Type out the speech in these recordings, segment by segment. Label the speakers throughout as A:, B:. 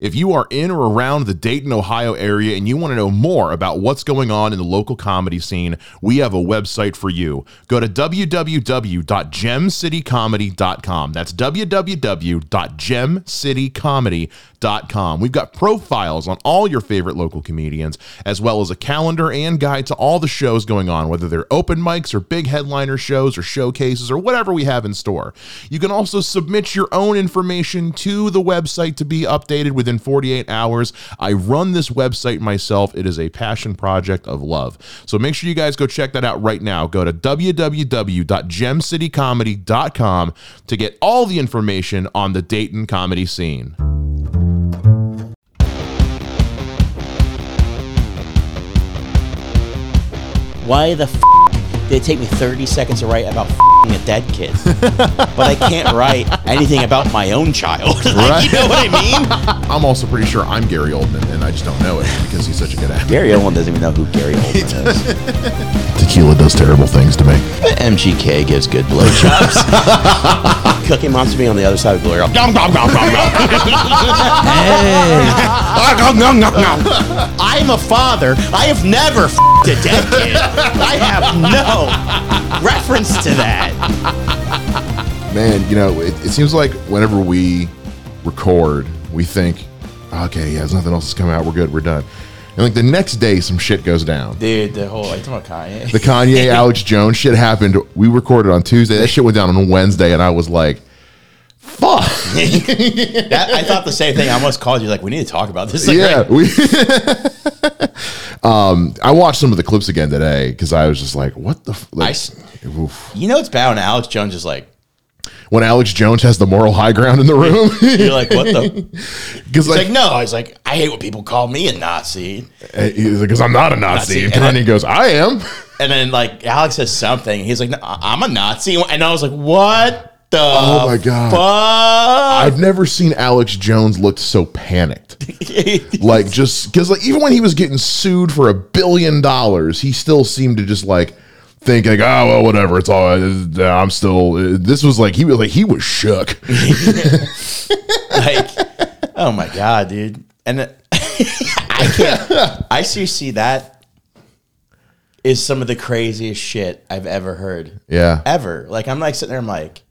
A: If you are in or around the Dayton, Ohio area and you want to know more about what's going on in the local comedy scene, we have a website for you. Go to www.gemcitycomedy.com. That's www.gemcitycomedy.com. We've got profiles on all your favorite local comedians, as well as a calendar and guide to all the shows going on, whether they're open mics or big headliner shows or showcases or whatever we have in store. You can also submit your own information to the website to be updated within 48 hours. I run this website myself. It is a passion project of love. So make sure you guys go check that out right now. Go to www.gemcitycomedy.com to get all the information on the Dayton comedy scene.
B: Why the f- did it take me 30 seconds to write about f***ing a dead kid? but I can't write anything about my own child. Like,
A: Right.
B: You know what I mean?
A: I'm also pretty sure I'm Gary Oldman, and I just don't know it because he's such a good actor.
B: Gary Oldman doesn't even know who Gary Oldman is.
A: Tequila does terrible things to me.
B: MGK gives good blowjobs. Cooking Monster being on the other side of the glory. Nom, nom, nom, nom, nom. I'm a father. I have never f***ed a dead kid. I have no reference to that.
A: Man, you know, it, it seems like whenever we record, we think, okay, yeah, there's nothing else that's coming out. We're good. We're done. And like the next day, some shit goes down.
C: Dude, the whole, are you talking about Kanye?
A: The Kanye Alex Jones shit happened. We recorded on Tuesday. That shit went down on Wednesday, and I was like, fuck.
C: That, I thought the same thing. I almost called you like, we need to talk about this. Like,
A: yeah.
C: right-
A: We um, I watched some of the clips again today because I was just like, what the? F-?
C: I
A: Like,
C: s-
A: oof.
C: You know, it's bad when Alex Jones is like,
A: When Alex Jones has the moral high ground in the room.
C: you're like, what the?
A: Because
C: He's like,
A: like,
C: no. I was like, I hate when people call me a Nazi.
A: because eh, I'm not a Nazi.
C: Nazi,
A: And
C: and
A: Kanye goes, I am.
C: And then like Alex says something. He's like, "No, I- I'm a Nazi. And I was like, what the?
A: Oh my God.
C: Fuck?
A: I've never seen Alex Jones look so panicked. Like just because like even when he was getting sued for a billion dollars, he still seemed to just like think like, oh well, whatever. It's all uh, I'm still. uh," This was like he was like he was shook.
C: like, oh my god, dude. And it- I can't. I seriously, that is some of the craziest shit I've ever heard.
A: Yeah.
C: ever. Like I'm like sitting there, I'm like,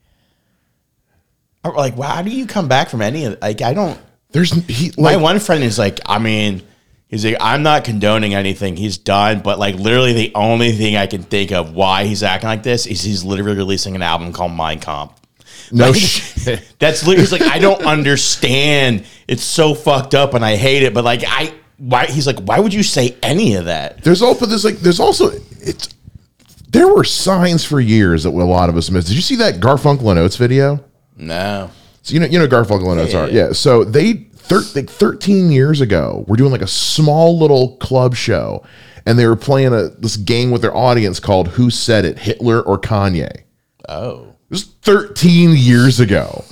C: I'm like, wow, how do you come back from any of? Like I don't.
A: There's he
C: My
A: like
C: one friend is like, I mean, he's like, I'm not condoning anything he's done, but like literally the only thing I can think of why he's acting like this is he's literally releasing an album called Mind Comp.
A: no
C: Like,
A: shit.
C: That's literally he's like, I don't understand. It's so fucked up and I hate it, but like I why he's like, why would you say any of that?
A: There's also there's like there's also it's there were signs for years that a lot of us missed. Did you see that Garfunkel and Oates video?
C: No.
A: So you know, you know Garfunkel and Oates
C: Yeah,
A: are.
C: yeah,
A: Yeah. So they thir- like 13 years ago were doing like a small little club show, and they were playing a this game with their audience called "Who Said It: Hitler or Kanye." It
C: Oh.
A: was 13 years ago,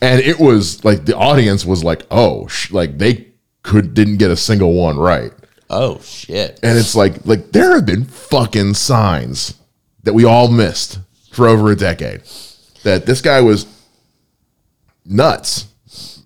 A: and it was like the audience was like, "Oh, sh-, like they could didn't get a single one right."
C: Oh shit.
A: And it's like like there have been fucking signs that we all missed for over a decade that this guy was nuts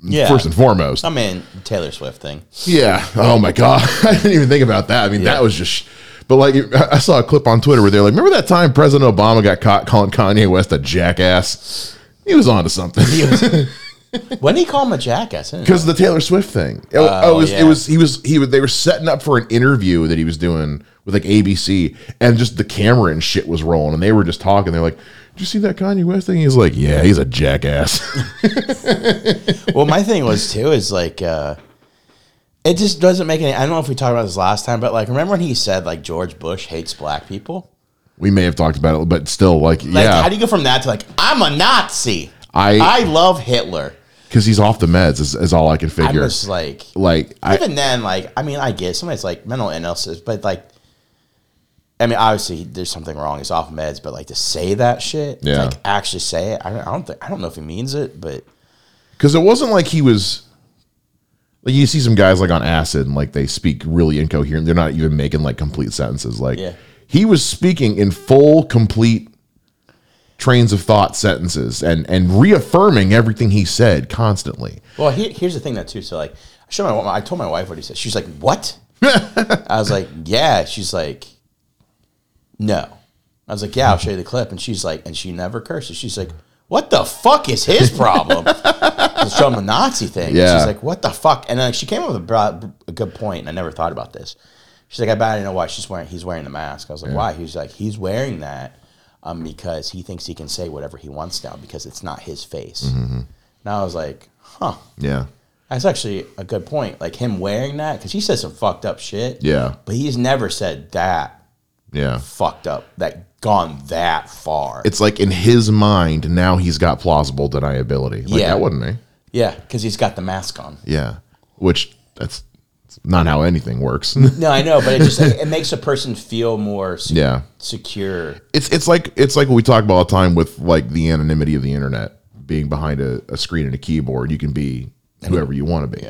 C: Yeah.
A: first and foremost.
C: I mean Taylor Swift thing.
A: Yeah. Oh my god, I didn't even think about that. I mean, that was just. But like, I I saw a clip on Twitter where they're like, "Remember that time President Obama got caught calling Kanye West a jackass? He was onto something
C: When did he call him a jackass? I didn't
A: because of the Taylor Swift thing. It, wa-
C: Oh,
A: it was,
C: yeah.
A: it was, he was, he was, they were setting up for an interview that he was doing with like ABC, and just the camera and shit was rolling, and they were just talking. They're like, "Did you see that Kanye West thing?" He's like, "Yeah, he's a jackass."
C: well, my thing was too is like uh it just doesn't make any. I don't know if we talked about this last time, but like remember when he said like George Bush hates black people?
A: we may have talked about it, but still, like,
C: Like, how
A: yeah,
C: do you go from that to like I'm a Nazi?
A: I-
C: I love Hitler.
A: because he's off the meds is, is all I can
C: I'm
A: figure.
C: just like
A: like, I,
C: even then, like I mean, I get somebody's like mental illnesses, but like. I mean, obviously, there's something wrong. He's off meds, but like to say that shit,
A: Yeah.
C: like actually say it. I don't, I don't, think, I don't know if he means it, but
A: because it wasn't like he was like you see some guys like on acid and like they speak really incoherent they're not even making like complete sentences like
C: Yeah.
A: he was speaking in full complete trains of thought sentences and and reaffirming everything he said constantly.
C: Well, he, here's the thing though too. So like, I showed my wa- I told my wife what he said. She's like, "What?" I was like, "Yeah." She's like, "No." I was like, "Yeah, I'll show you the clip." And she's like, and she never curses. She's like, "What the fuck is his problem?" I showed him the Nazi thing. and
A: Yeah.
C: She's like, "What the fuck?" And then she came up with a, broad, a good point, and I never thought about this. She's like, "I bet I know why she's wearing. He's wearing the mask." I was like, "Why?" He's like, "He's wearing that." Um, because he thinks he can say whatever he wants now because it's not his face. And I was like, huh.
A: Yeah.
C: That's actually a good point. Like him wearing that, because he says some fucked up shit.
A: Yeah.
C: But he's never said that
A: Yeah.
C: fucked up, that gone that far.
A: It's like in his mind now he's got plausible deniability. Like
C: Yeah.
A: that wasn't me.
C: yeah, because he's got the mask on.
A: Yeah. Which that's that's not how anything works.
C: No, I know, but it just it makes a person feel more se-
A: yeah.
C: secure.
A: It's it's like it's like what we talk about all the time with like the anonymity of the internet being behind a, a screen and a keyboard. You can be whoever you want to be.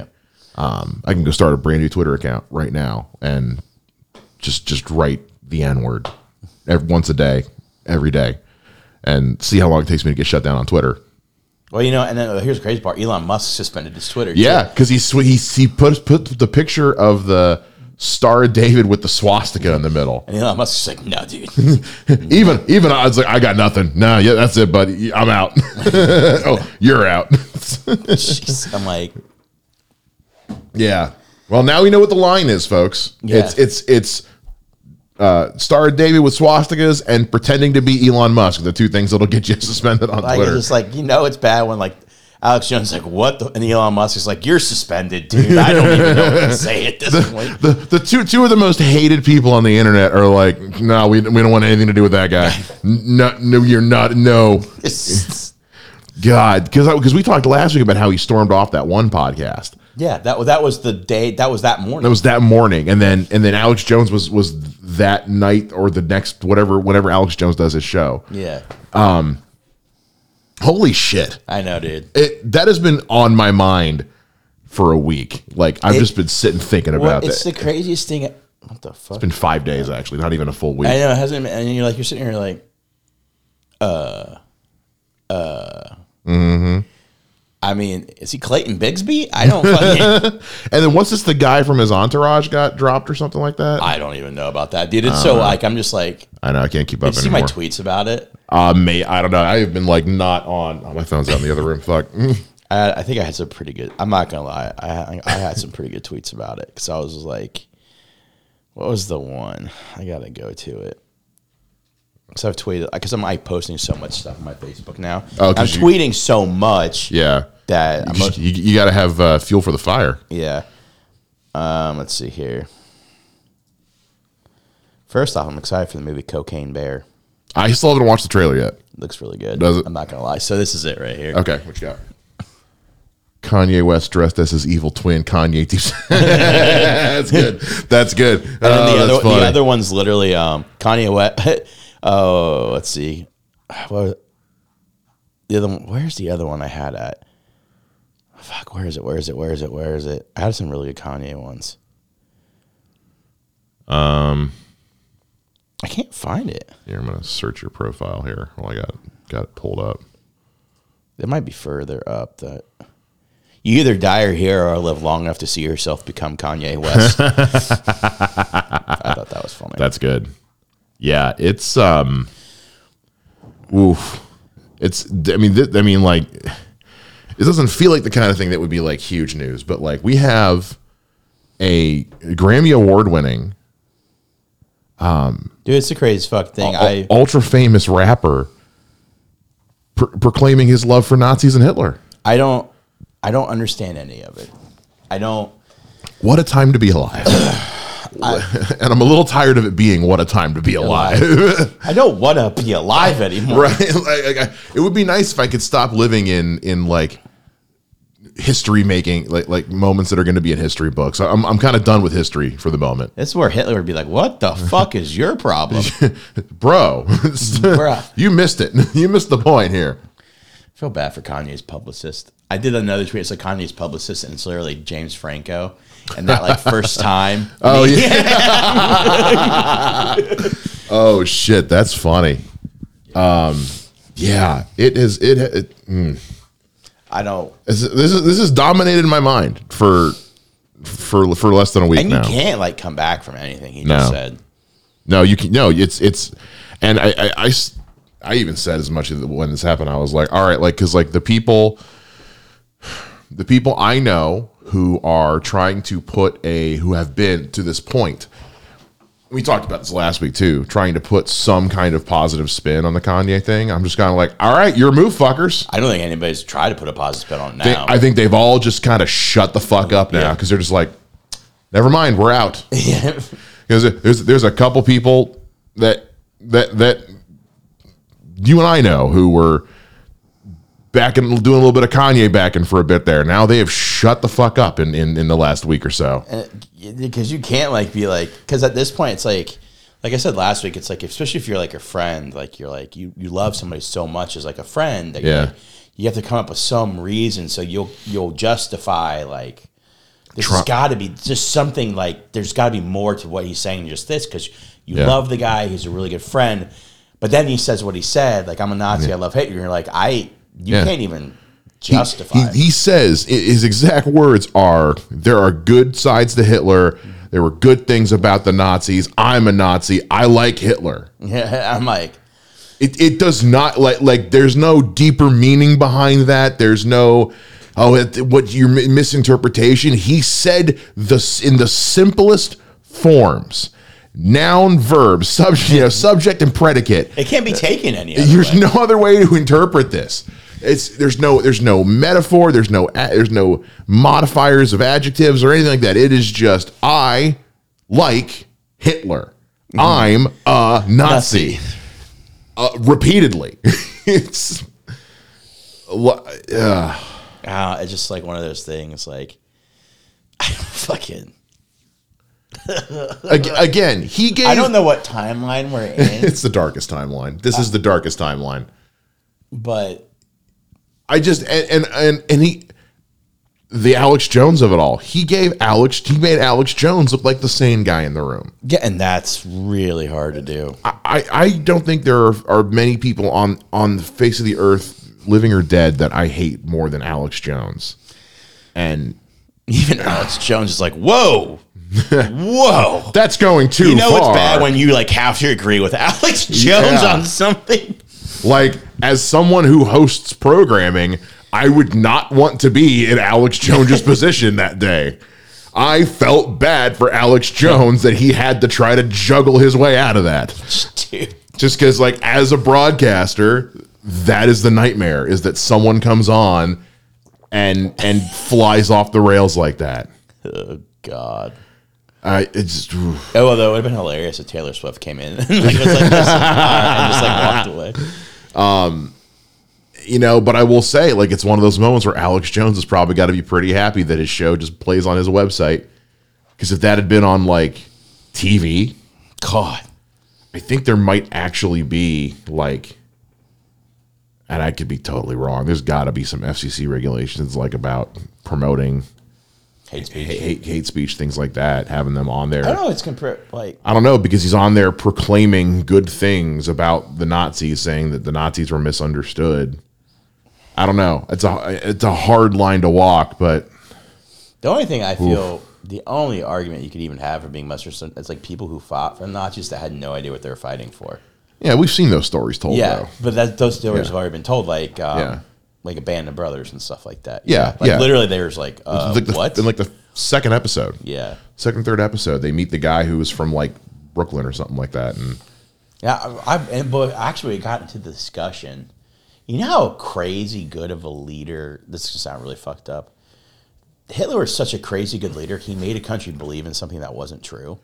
A: Um, I can go start a brand new Twitter account right now and just just write the N word ev- once a day, every day, and see how long it takes me to get shut down on Twitter.
C: Well, you know, and then uh, here's the crazy part: Elon Musk suspended his Twitter. too.
A: Yeah, because he sw- he he put put the picture of the Star of David with the swastika in the middle.
C: And Elon Musk is like, no, dude.
A: Even even I was like, I got nothing. No, yeah, that's it, buddy. I'm out. oh, you're out.
C: Jeez. I'm like,
A: yeah. Well, now we know what the line is, folks.
C: Yeah.
A: It's it's it's uh, Star of David with swastikas and pretending to be Elon Musk. The two things that'll get you suspended on
C: like it's
A: Twitter.
C: just like you know, it's bad when like Alex Jones is like, what? The? And Elon Musk is like, you're suspended, dude. I don't even know what to say at this point.
A: the, the two two of the most hated people on the internet are like, no, we, we don't want anything to do with that guy. N- no, no, you're not. No,
C: It's-
A: God, because because we talked last week about how he stormed off that one podcast.
C: yeah, that was that was the day. That was that morning.
A: That was that morning, and then and then Alex Jones was was that night or the next whatever whenever Alex Jones does his show.
C: yeah,
A: Holy shit!
C: I know, dude.
A: It that has been on my mind for a week. Like I've just been sitting thinking
C: Well,
A: about
C: it's
A: that.
C: the craziest thing. What the fuck?
A: been five days actually, not even a full
C: I
A: week.
C: know it hasn't. Been, and you're like you're sitting here like, uh, uh. uh.
A: Mm-hmm.
C: I mean, is he Clayton Bigsby? I don't fucking.
A: And then what's this? The guy from his entourage got dropped or something like that. I,
C: I don't even know about that, dude. It's so like I'm just like.
A: know I can't keep up
C: Did you see my
A: anymore.
C: tweets about it?
A: Uh, may I don't know. I have been like not on. Oh, my phone's out in the other room. Fuck. Mm.
C: I, I think I had some pretty good. I'm not gonna lie. I I had some pretty good tweets about it because I was like, what was the one? I gotta go to it. So I've tweeted because I'm like posting so much stuff on my Facebook now.
A: Oh,
C: I'm
A: 'cause you-
C: tweeting so much
A: Yeah.
C: that I'm,
A: You, just- you, you got to have uh, fuel for the fire.
C: yeah. Um, let's see here. First off, I'm excited for the movie Cocaine Bear.
A: I still haven't watched the trailer yet.
C: Looks really good.
A: Does it?
C: I'm not gonna lie. So this is it right here.
A: Okay, what you got? Kanye West dressed as his evil twin. Kanye deep. that's good. That's good.
C: And
A: Oh,
C: the,
A: that's
C: other,
A: funny.
C: the other one's literally um, Kanye West. oh, let's see. What was- the other one? Where's the other one I had at? Fuck, where is it? Where is it? Where is it? Where is it? I had some really good Kanye ones. Um, I can't find it.
A: Here, I'm gonna search your profile here. Well, I got got it pulled up.
C: It might be further up. That you either die or here or live long enough to see yourself become Kanye West. I thought that was funny.
A: That's good. Yeah, it's um, oof. It's. I mean, th- I mean, like, it doesn't feel like the kind of thing that would be like huge news, but like we have a Grammy award winning
C: Dude, it's the craziest fuck thing.
A: Uh, oh.
C: I
A: ultra famous rapper pr- proclaiming his love for Nazis and Hitler.
C: I don't I don't understand any of it. I don't
A: What a time to be alive. and I'm a little tired of it being what a time to be alive.
C: I don't want to be alive anymore.
A: right? Like, like, I- it would be nice if I could stop living in in like history making like like moments that are going to be in history books. I'm I'm kind of done with history for the moment.
C: This is where Hitler would be like, "What the fuck is your problem?" I
A: Bro,
C: Mm-hmm.
A: you missed it. You missed the point here.
C: feel bad for Kanye's publicist. I did another tweet. It's like Kanye's publicist, and it's literally James Franco. And that like first time.
A: Oh yeah. oh shit, that's funny. Um Yeah, it is. It, it mm.
C: I don't.
A: this is this has dominated my mind for for for less than a week
C: And
A: now.
C: you can't like come back from anything he
A: No.
C: just said.
A: No, you can. No, it's it's, and I I, I s- I even said as much as when this happened. I was like, all right, like because like the people, the people I know who are trying to put a who have been to this point. We talked about this last week too, trying to put some kind of positive spin on the Kanye thing. I'm just kind of like, all right, your move, fuckers.
C: I don't think anybody's tried to put a positive spin on it
A: They-
C: now.
A: I think they've all just kind of shut the fuck up now
C: Yeah.
A: because they're just like, never mind, we're out.
C: Yeah.
A: Because there's there's a couple people that that that you and I know who were back and doing a little bit of Kanye backing for a bit there. Now they have shut the fuck up in in, in the last week or so.
C: Uh, because you can't like be like because at this point it's like like i said last week it's like especially if you're like a friend like you're like you you love somebody so much as like a friend that you're,
A: Yeah.
C: like, you have to come up with some reason so you'll you'll justify like there's
A: Tru-
C: got to be just something like there's got to be more to what he's saying than just this because you
A: Yeah.
C: love the guy he's a really good friend but then he says what he said like i'm a nazi i love hitler and you're like i you
A: Yeah.
C: can't even
A: He-
C: justify it.
A: He, he says i- his exact words are: "There are good sides to Hitler. There were good things about the Nazis. I'm a Nazi. I like Hitler."
C: i'm like
A: it, it does not like like there's no deeper meaning behind that there's no oh it, what your mi- misinterpretation he said this in the simplest forms noun verb subject you know, subject and predicate
C: it can't be taken any other
A: there's
C: way.
A: no other way to interpret this it's there's no there's no metaphor there's no a- there's no modifiers of adjectives or anything like that it is just i like hitler
C: Mm-hmm.
A: i'm a nazi uh, repeatedly. it's lo- uh,
C: Ah, it's just like one of those things. Like, I don't fucking.
A: ag- again. He gave.
C: I don't know what timeline we're in,
A: It's the darkest timeline. This is the darkest timeline.
C: but
A: I just and and and, and he. The Alex Jones of it all. He gave Alex. He made Alex Jones look like the sane guy in the room.
C: yeah, and that's really hard to do.
A: I, I, I don't think there are, are many people on on the face of the earth, living or dead, that I hate more than Alex Jones. And
C: Even Alex Jones is like, whoa, whoa.
A: that's going too.
C: You know
A: far.
C: it's bad when you like have to agree with Alex Jones
A: Yeah.
C: on something.
A: Like, as someone who hosts programming, I would not want to be in Alex Jones' position that day. I felt bad for Alex Jones that he had to try to juggle his way out of that.
C: Dude,
A: Just because, like, as a broadcaster, that is the nightmare is that someone comes on and and flies off the rails like that.
C: oh god.
A: I it's oof.
C: Oh, although it would have been hilarious if Taylor Swift came in and like, was like, "Listen," and just like walked away.
A: you know, but I will say, like, it's one of those moments where Alex Jones has probably got to be pretty happy that his show just plays on his website. Because if that had been on like TV,
C: God.
A: I think there might actually be like, and I could be totally wrong. There's got to be some FCC regulations like about promoting
C: Hate speech.
A: hate, hate speech, things like that, having them on there.
C: I don't know. It's compar- like,
A: I don't know because he's on there proclaiming good things about the Nazis, saying that the Nazis were misunderstood. I don't know. It's a it's a hard line to walk, but
C: The only thing I feel, the only argument you could even have for being Muslim is like people who fought for Nazis that had no idea what they were fighting for.
A: yeah, we've seen those stories told.
C: Yeah,
A: though.
C: but that those stories
A: Yeah.
C: have already been told, like um,
A: Yeah.
C: like a band of brothers and stuff like that.
A: Yeah,
C: like
A: yeah.
C: literally, they were just like, uh,
A: like the,
C: what?
A: in like the second episode,
C: yeah,
A: second third episode, they meet the guy who was from like Brooklyn or something like that, and
C: yeah. I, I and, but actually, we got into the discussion. You know how crazy good of a leader. This is gonna sound really fucked up. Hitler was such a crazy good leader. He made a country believe in something that wasn't true.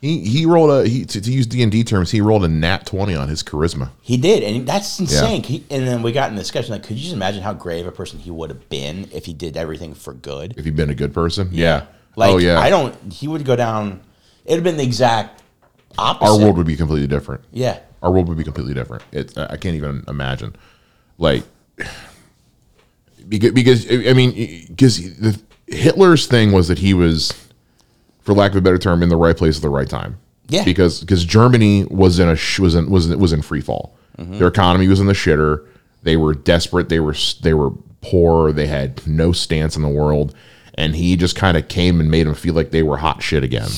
A: he he rolled a he to, to use D and D terms, he rolled a nat twenty on his charisma.
C: He did, and that's insane. He, and then we got in the discussion like, could you just imagine how grave a person he would have been if he did everything for good?
A: If he'd been a good person, yeah,
C: Like,
A: oh yeah,
C: I don't. He would go down. It'd have been the exact opposite.
A: our world would be completely different.
C: yeah,
A: our world would be completely different. It, I I can't even imagine, like, because, because I mean, because the, Hitler's thing was that he was, for lack of a better term, in the right place at the right time.
C: Yeah. Mm-hmm.
A: Because because Germany was in a sh- was in was in, was in free fall. Their economy was in the shitter. They were desperate. They were they were poor. They had no stance in the world, and he just kind of came and made them feel like they were hot shit again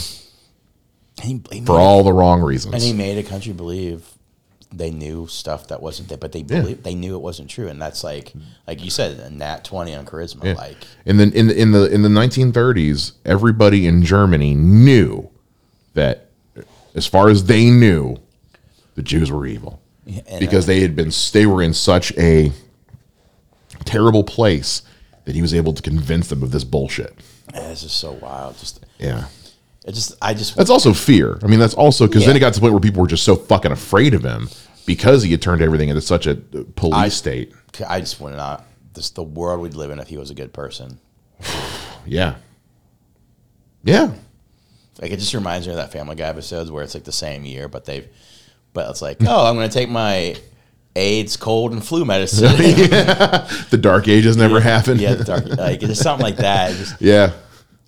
C: And he, he
A: for
C: made,
A: all the wrong reasons.
C: and he made a country believe they knew stuff that wasn't there, but they believed, they knew it wasn't true, and that's like like you said, a nat twenty on charisma. Like
A: And then in the, in the in the 1930s, everybody in Germany knew that, as far as they knew, the Jews were evil
C: and, uh,
A: because they had been they were in such a terrible place that he was able to convince them of this bullshit.
C: uh, this is so wild. Just
A: Yeah,
C: it just I just
A: that's also fear. I mean, that's also because then
C: Yeah.
A: it got to the point where people were just so fucking afraid of him because he had turned everything into such a uh, police state.
C: I just would not. This the world we'd live in if he was a good person.
A: Yeah, yeah.
C: Like it just reminds me of that Family Guy episodes where it's like the same year, but they've, but it's like, oh, I'm gonna take my AIDS, cold, and flu medicine.
A: The Dark Ages never happened.
C: yeah, the dark, like just something like that. It's Just
A: yeah.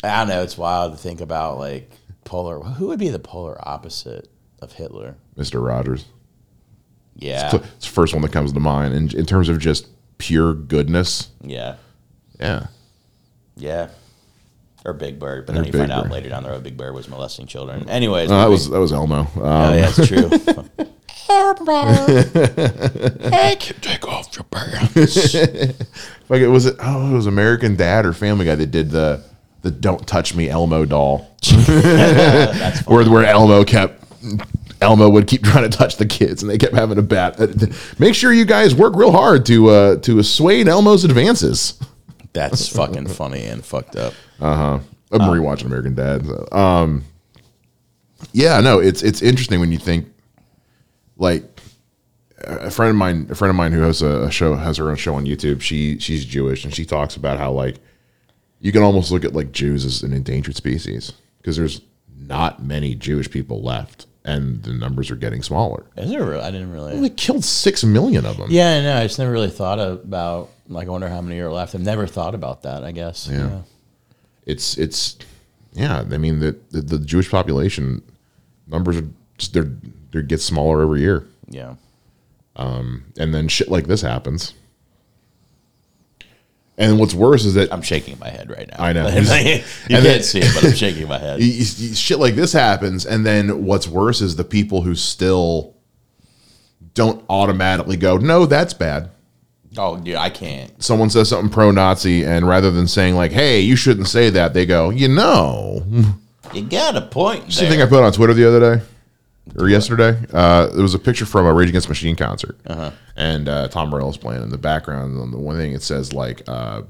C: I don't know. It's wild to think about like polar. Who would be the polar opposite of Hitler?
A: Mr. Rogers.
C: Yeah,
A: It's the first one that comes to mind. And in terms of just pure goodness,
C: yeah,
A: yeah.
C: yeah. Or Big Bird, but
A: Or
C: then you
A: Big
C: find out
A: Bird.
C: later down the road Big Bird was molesting children. Anyways,
A: No, Uh, that was
C: moving-
A: that was Elmo. Um,
C: oh, yeah, it's true.
A: Like it was it. Oh, it was American Dad or Family Guy that did the the "Don't Touch Me" Elmo doll, where where Elmo kept. Elmo would keep trying to touch the kids, and they kept having a bat. Uh, Make sure you guys work real hard to uh, to assuade Elmo's advances.
C: That's fucking funny and fucked up.
A: I'm rewatching American Dad. so, Um, yeah, no, it's it's interesting when you think like a friend of mine, a friend of mine who has a, a show has her own show on YouTube. She she's Jewish and she talks about how like you can almost look at like Jews as an endangered species because there's not many Jewish people left, and the numbers are getting smaller.
C: Is it real? I didn't really.
A: They killed six million of them.
C: Yeah, I know. I just never really thought about. Like, I wonder how many are left. I've never thought about that. I guess. Yeah.
A: it's it's yeah i mean the, the the jewish population numbers are just they're they get smaller every year
C: Yeah.
A: and then shit like this happens and what's worse is that
C: I'm shaking my head right now.
A: I know.
C: you can't
A: then-
C: see it, but I'm shaking my head.
A: y- y- y- shit like this happens and then what's worse is the people who still don't automatically go no that's bad
C: Oh, dude, I can't.
A: someone says something pro-nazi and rather than saying like hey you shouldn't say that they go you know
C: You got a point
A: See the thing
C: there.
A: I put on Twitter the other day or yesterday? Uh, it was a picture from a Rage Against the Machine concert, and uh, Tom Morello's playing in the background. On the one thing it says like uh,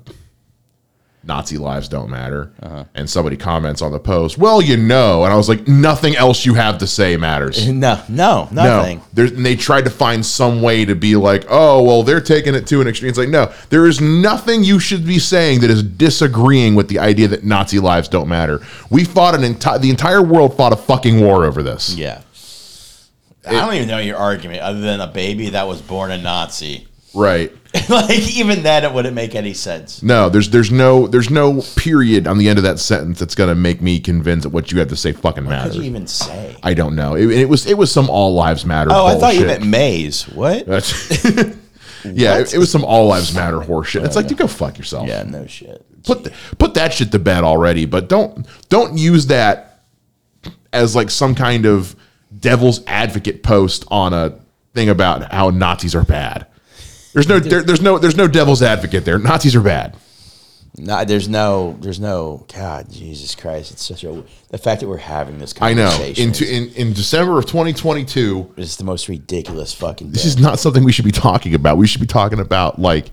A: Nazi lives don't matter, and somebody comments on the post, "Well, you know," and I was like, "Nothing else you have to say matters."
C: No, no, nothing.
A: No, there's, and they tried to find some way to be like, oh, well, they're taking it to an extreme. It's like, no, there is nothing you should be saying that is disagreeing with the idea that Nazi lives don't matter. We fought an entire, the entire world fought a fucking war over this.
C: Yeah. I don't even know your argument, other than a baby that was born a Nazi.
A: Right.
C: like even that, it wouldn't make any sense.
A: No, there's there's no there's no period on the end of that sentence that's gonna make me convinced that what you have to say fucking
C: What could
A: matters.
C: you even say?
A: I don't know. It, it was it was some all lives matter.
C: oh, I thought you
A: bullshit. Uh,
C: meant maze. What?
A: That's- yeah, it, it was some all lives matter horseshit. It's like you go fuck yourself.
C: yeah, no shit.
A: put th- put that shit to bed already. But don't don't use that as like some kind of devil's advocate post on a thing about how Nazis are bad. There's no there, there's no there's no devil's advocate there. Nazis are bad.
C: No, there's no, there's no. God, Jesus Christ! It's such a the fact that we're having this
A: I know.
C: conversation.
A: In, in in December of 2022,
C: is, is the most ridiculous fucking.
A: this
C: thing.
A: is not something we should be talking about. We should be talking about like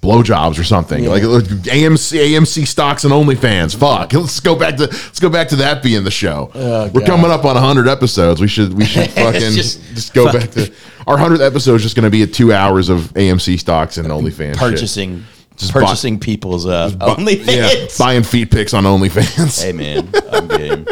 A: blowjobs or something.
C: Yeah.
A: Like look, AMC AMC stocks and OnlyFans. Fuck. Let's go back to let's go back to that being the show. We're
C: Oh, God.
A: coming up on 100 episodes. We should we should fucking just,
C: just-
A: go back to our 100th episode is just going to be a 2 hours of AMC stocks and OnlyFans. shit.
C: purchasing,
A: Just buy-
C: purchasing people's uh,
A: Bu-
C: only
A: yeah,
C: fans.
A: buying feet pics on OnlyFans.
C: hey man, I'm game.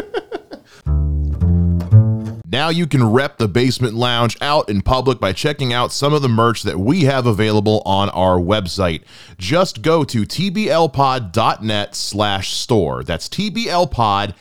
A: Now you can rep the basement lounge out in public by checking out some of the merch that we have available on our website. Just go to tblpod.net slash store. That's tblpod.net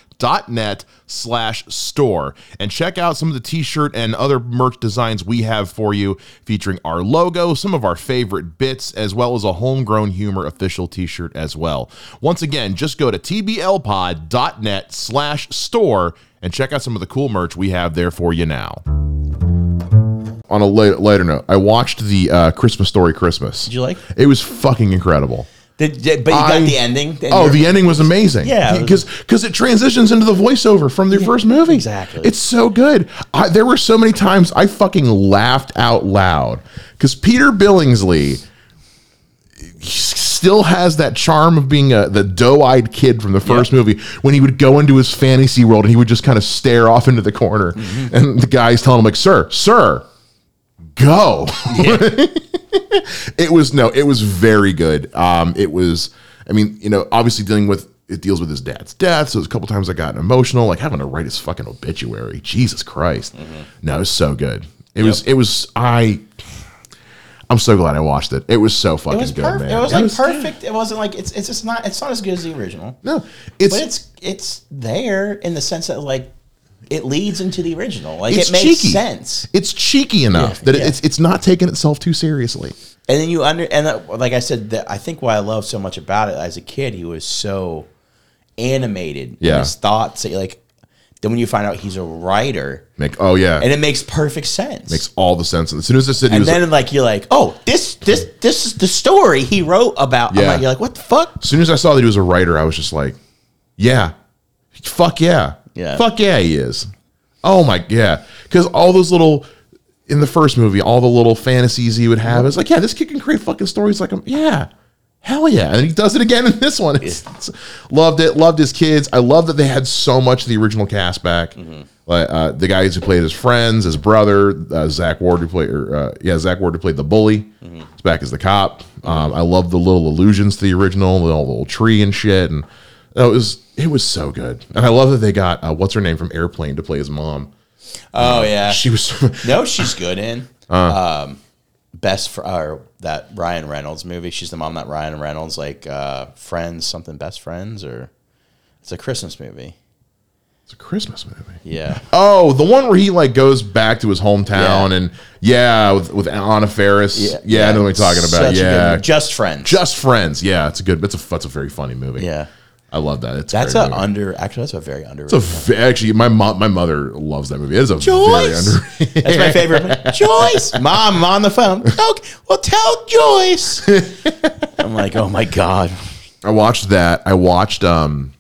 A: net slash store and check out some of the t-shirt and other merch designs we have for you featuring our logo some of our favorite bits as well as a homegrown humor official t-shirt as well once again just go to tblpod.net slash store and check out some of the cool merch we have there for you now on a later, later note i watched the uh, christmas story christmas
B: Did you like?
A: it was fucking incredible
B: Did, did- but you
A: I-
B: got the ending. and
A: Oh,
B: you're-
A: the ending was amazing.
B: Yeah.
A: because because it transitions into the voiceover from their first movie.
B: exactly.
A: it's so good. I, there were so many times I fucking laughed out loud because Peter Billingsley he still has that charm of being a, the doe-eyed kid from the first movie when he would go into his fantasy world and he would just kind of stare off into the corner
B: Mm-hmm.
A: and the guy's telling him like, "Sir, sir, go." it was no, it was very good. Um, it was, I mean, you know, obviously dealing with it deals with his dad's death. So there's a couple times I got emotional, like having to write his fucking obituary. Jesus Christ,
C: Mm-hmm.
A: no, it was so good. It was, it was, I. I'm so glad I watched it. It was so fucking
C: It was
A: good,
C: perfect.
A: man.
C: It was like perfect. It wasn't like it's it's just not it's not as good as the original.
A: no, it's
C: But it's it's there in the sense that like it leads into the original. Like
A: It's
C: it makes
A: cheeky.
C: sense.
A: it's cheeky enough
C: Yeah,
A: that
C: yeah.
A: it's it's not taking itself too seriously.
C: And then you under and uh, like I said, that I think what I love so much about it as a kid, he was so animated.
A: Yeah.
C: in his thoughts that you're like. Then when you find out he's a writer,
A: Make oh yeah,
C: and it makes perfect sense.
A: makes all the sense. As soon as I said he
C: and
A: was,
C: then like you're like, oh, this this this is the story he wrote about. I'm
A: Yeah.
C: like, you're like, what the fuck?
A: as soon as I saw that he was a writer, I was just like, yeah, fuck yeah,
C: Yeah.
A: fuck yeah, he is. Oh my yeah, because all those little in the first movie, all the little fantasies he would have, it's like yeah, this kid can create fucking stories like him. Yeah, hell yeah, and he does it again in this one. It's, it's- loved it, loved his kids. I love that they had so much of the original cast back. Like uh, the guys who played his friends, his brother, uh, Zach Ward who played, or, uh, yeah, Zach Ward who played the bully. He's back as the cop. Um, I love the little allusions to the original, the little, little tree and shit, and that was it was so good. And I love that they got uh, what's her name from Airplane to play his mom.
C: Oh yeah.
A: She was
C: No, she's good in
A: Uh.
C: um, best for or that Ryan Reynolds movie. She's the mom that Ryan Reynolds like uh, friends something best friends or it's a Christmas movie.
A: it's a Christmas movie.
C: Yeah,
A: Oh, the one where he like goes back to his hometown
C: Yeah.
A: and yeah, with, with Anna Faris. Yeah, I know what you're talking about.
C: Such a good
A: yeah,
C: movie. just friends.
A: just friends. Yeah, it's a good. It's a that's a very funny movie.
C: yeah,
A: I love that. It's
C: that's
A: a.
C: a
A: great movie.
C: under. Actually, that's a very
A: It's a
C: underrated.
A: v- actually my mom my mother loves that movie. It is a very
C: Joyce!
A: underrated.
C: That's my favorite. one. Joyce, mom I'm on the phone. Okay, well tell Joyce. I'm like, oh my god.
A: I watched that. I watched um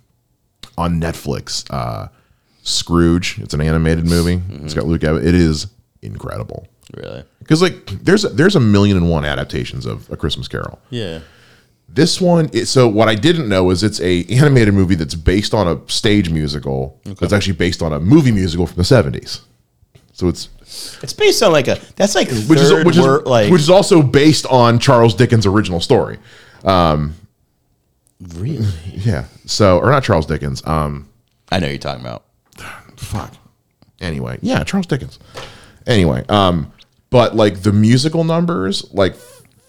A: on Netflix uh Scrooge. It's an animated movie.
C: Mm-hmm.
A: It's got Luke Abbott. It is incredible.
C: Really?
A: Because like there's a, there's a million and one adaptations of A Christmas Carol.
C: Yeah.
A: This one, it, so what I didn't know is it's a animated movie that's based on a stage musical. That's actually based on a movie musical from the seventies. So it's
C: It's based on like a. That's like
A: which is
C: third
A: which is
C: wor- like
A: which is also based on Charles Dickens' original story.
C: really.
A: Yeah. So or not Charles Dickens. Um.
C: I know what you're talking about.
A: Fuck. Anyway, yeah, Charles Dickens. Anyway, um, but like the musical numbers, like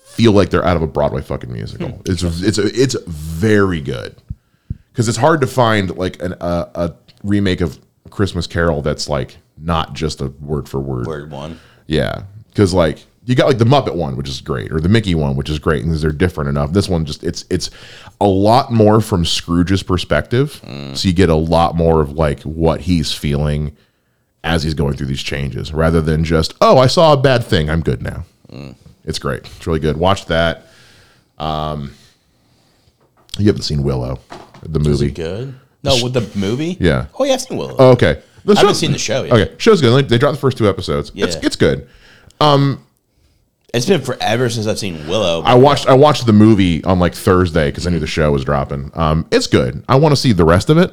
A: feel like they're out of a Broadway fucking musical. it's it's it's very good because it's hard to find like an a, a remake of Christmas Carol that's like not just a word for word
C: Word one.
A: Yeah, because like you got like the Muppet one, which is great, or the Mickey one, which is great, and they're different enough. This one just it's it's a lot more from Scrooge's perspective,
C: Mm.
A: so you get a lot more of like what he's feeling as he's going through these changes, rather than just oh I saw a bad thing, I'm good now.
C: Mm.
A: It's great, it's really good. Watch that. Um, you haven't seen Willow, the movie.
C: Good. No, with the movie.
A: Yeah.
C: Oh yeah, I've seen Willow.
A: Oh, okay. The
C: I haven't seen the show yet.
A: Okay, show's good. Like, They dropped the first two episodes. It's,
C: Yeah.
A: it's good.
C: It's been forever since I've seen Willow.
A: I watched I watched the movie on like Thursday because I knew the show was dropping. Um, it's good. I want to see the rest of it,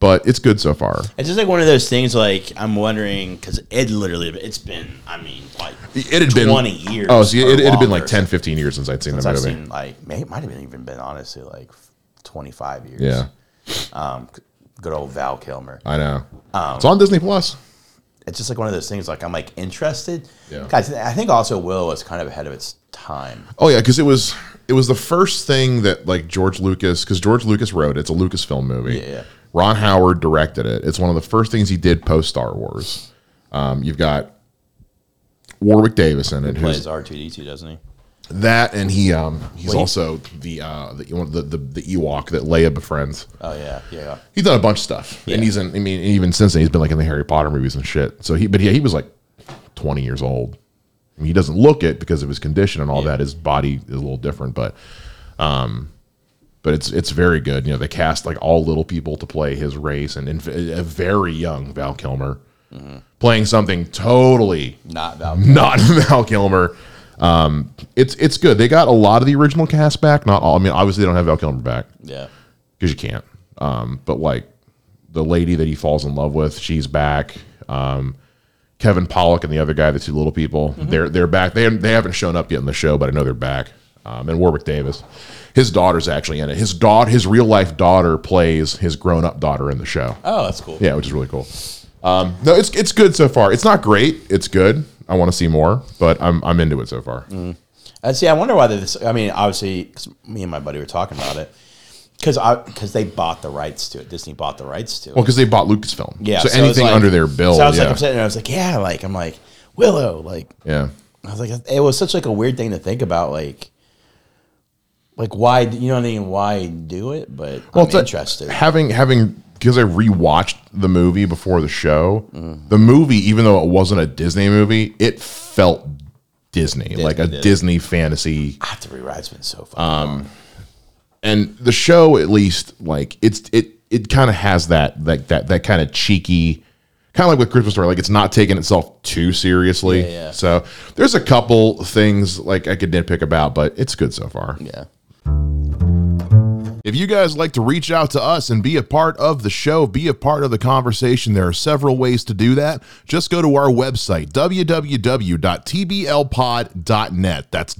A: but it's good so far.
C: it's just like one of those things. Like I'm wondering because it literally it's been. I mean, like
A: It had been
C: 20 years
A: Oh, see,
C: or
A: it, it had been like
C: longer
A: 10, 15 years since I'd seen the
C: I've
A: movie.
C: seen like may, it might have been even been honestly like 25 years.
A: Yeah,
C: Um, g- good old Val Kilmer.
A: I know.
C: Um,
A: it's on Disney Plus.
C: It's just like one of those things. Like I'm like interested.
A: Yeah.
C: Guys, I think also Willow was kind of ahead of its time.
A: Oh yeah, because it was it was the first thing that like George Lucas because George Lucas wrote it. It's a Lucasfilm movie.
C: Yeah, yeah.
A: Ron Howard directed it. It's one of the first things he did post Star Wars. Um, you've got Warwick Davis in it. who's-
C: plays R two D two, doesn't he?
A: that and he um he's
C: Wait.
A: also the uh the, one of the, the the Ewok that Leia befriends.
C: Oh yeah, yeah.
A: He's done a bunch of stuff, and
C: Yeah.
A: he's in. I mean, even since then, he's been like in the Harry Potter movies and shit. So he, but yeah, he was like twenty years old. I mean, he doesn't look it because of his condition and all that. His body is a little different, but um, but it's it's very good. You know, they cast like all little people to play his race, and, and a very young Val Kilmer playing something totally
C: Not Val.
A: not Val Kilmer. Um, it's it's good. They got a lot of the original cast back. Not all. I mean, obviously they don't have Val Kilmer back
C: Yeah.
A: because you can't. Um, but like the lady that he falls in love with, she's back. Um, Kevin Pollock and the other guy, the two little people, they're they're back. They they haven't shown up yet in the show, but I know they're back. Um, and Warwick Davis, his daughter's actually in it. His daughter, his real life daughter, plays his grown up daughter in the show.
C: Oh, that's cool.
A: Yeah, which is really cool. Um, no, it's it's good so far. It's not great. It's good. I want to see more, but I'm I'm into it so far.
C: Uh, see, I wonder why this. I mean, obviously, 'cause me and my buddy were talking about it because I because they bought the rights to it. Disney bought the rights to it.
A: Well, because they bought Lucasfilm.
C: yeah.
A: So,
C: it's
A: anything
C: like-
A: under their bill.
C: So I was
A: yeah.
C: like, I'm sitting there. I was like, yeah, like I'm like Willow. Like
A: yeah.
C: I was like, it was such like a weird thing to think about. Like, like why? You know what I mean? Why do it? But
A: Well,
C: I'm
A: it's like
C: interested.
A: having having because I rewatched the movie before the show.
C: Mm.
A: The movie, even though it wasn't a Disney movie, it felt Disney, like a
C: did it.
A: Disney fantasy
C: I have to rewrite. It's been so fun.
A: and the show at least like it's it it kind of has that like that that kind of cheeky kind of like with christmas story like it's not taking itself too seriously
C: Yeah, yeah.
A: so there's a couple things like i could nitpick about but it's good so far
C: yeah.
A: if you guys like to reach out to us and be a part of the show, be a part of the conversation, there are several ways to do that. Just go to our website, www.tblpod.net. That's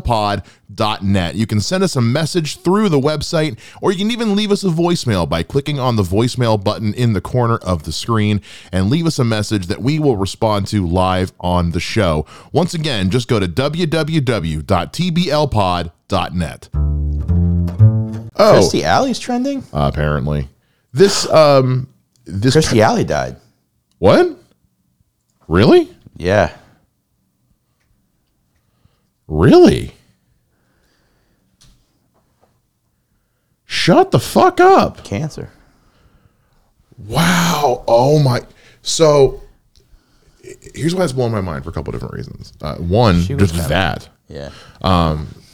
A: www.tblpod.net. You can send us a message through the website, or you can even leave us a voicemail by clicking on the voicemail button in the corner of the screen and leave us a message that we will respond to live on the show. Once again, just go to www.tblpod.net net. Oh,
C: Christy Alley's trending.
A: uh, apparently this um this
C: Christy Alley died.
A: what? Really?
C: Yeah.
A: Really? Shut the fuck up.
C: Cancer.
A: Wow. Oh my. So h- here's why it's blowing my mind for a couple different reasons. Uh, one,
C: was
A: just
C: kinda-
A: that.
C: Yeah.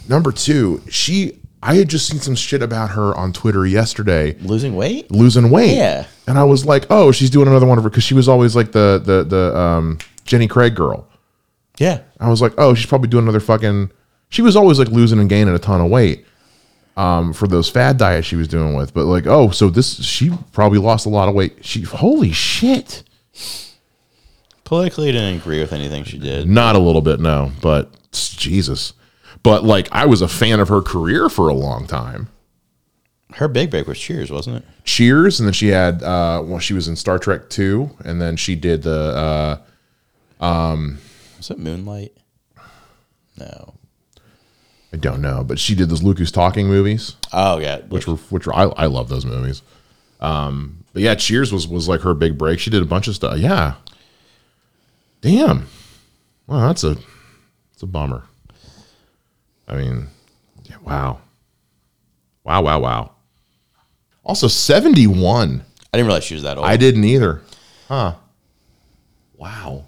A: Number two, she. I had just seen some shit about her on Twitter yesterday.
C: Losing weight.
A: losing weight.
C: Yeah.
A: And I was like, oh, she's doing another one of her because she was always like the the the um, Jenny Craig girl.
C: Yeah.
A: I was like, oh, she's probably doing another fucking. She was always like losing and gaining a ton of weight um, for those fad diets she was doing with. But like, oh, so this she probably lost a lot of weight. She holy shit,
C: Politically, didn't agree with anything she did.
A: not a little bit no, but Jesus. But like, I was a fan of her career for a long time.
C: Her big break was Cheers, wasn't it?
A: Cheers, and then she had uh, well, she was in Star Trek Two, and then she did the uh,
C: Was it Moonlight? No.
A: I don't know, but she did those Luke Who's Talking movies,
C: Oh yeah,
A: which were which were I, I love those movies. Um, but yeah, Cheers was was like her big break. She did a bunch of stuff. Yeah. Damn. Well, that's a it's a bummer. I mean, yeah, wow. Wow, wow, wow. Also 71.
C: I didn't realize she was that old.
A: I didn't either. Huh. Wow.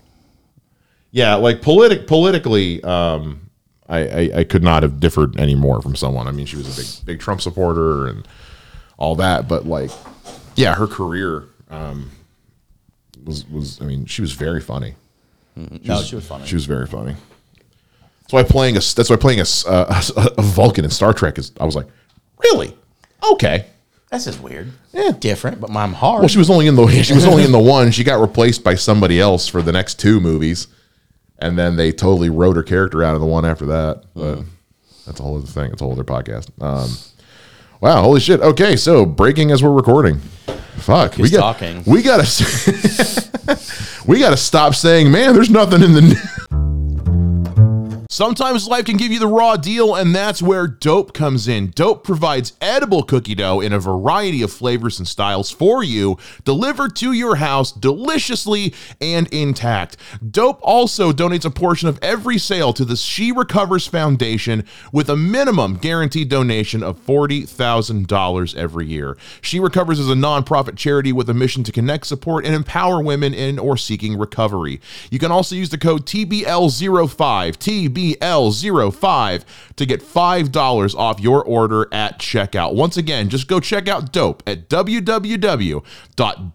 A: Yeah, like politic politically, um, I, I I could not have differed any more from someone. I mean, she was a big big Trump supporter and all that, but like, yeah, her career um, was was. I mean, she was very funny.
C: no, she was funny.
A: She was very funny. That's why playing a that's why playing a s- a, a- a Vulcan in Star Trek is. I was like, really? Okay.
C: That's just weird.
A: Yeah.
C: Different, but I'm hard.
A: Well, she was only in the she was only in the one. She got replaced by somebody else for the next two movies, and then they totally wrote her character out of the one after that.
C: Hmm.
A: But that's a whole other thing. It's a whole other podcast. Um, wow, holy shit. Okay, so breaking as we're recording. Fuck, we
C: Who's
A: got
C: talking?
A: we got to we got to stop saying, man. There's nothing in the. news." Sometimes life can give you the raw deal, and that's where Dope comes in. Dope provides edible cookie dough in a variety of flavors and styles for you, delivered to your house deliciously and intact. Dope also donates a portion of every sale to the She Recovers Foundation with a minimum guaranteed donation of $40,000 every year. She Recovers is a nonprofit charity with a mission to connect, support, and empower women in or seeking recovery. You can also use the code TBL05, TBL05 to get $5 off your order at checkout. Once again, just go check out Dope at www.dope.com.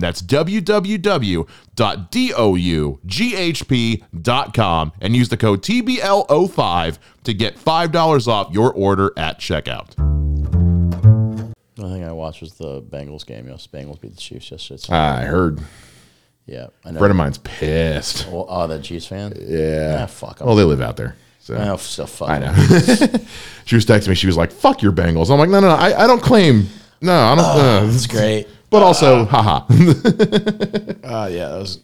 A: That's www.doughp.com and use the code TBL05 to get $5 off your order at checkout.
C: The thing I watched was the Bengals game. You know, Bengals beat the Chiefs yesterday. so-
A: I heard.
C: yeah, I know.
A: Friend of mine's pissed.
C: Well, oh, that Chiefs fan.
A: Yeah.
C: Ah, fuck 'em.
A: Well, they live out there. So
C: Oh, so fuck.
A: I know. she was texting me. She was like, fuck your Bengals. I'm like, no, no, no. I, I don't claim. No, I don't. uh,
C: It's great.
A: but also, haha. Ah,
C: Uh, yeah, that was.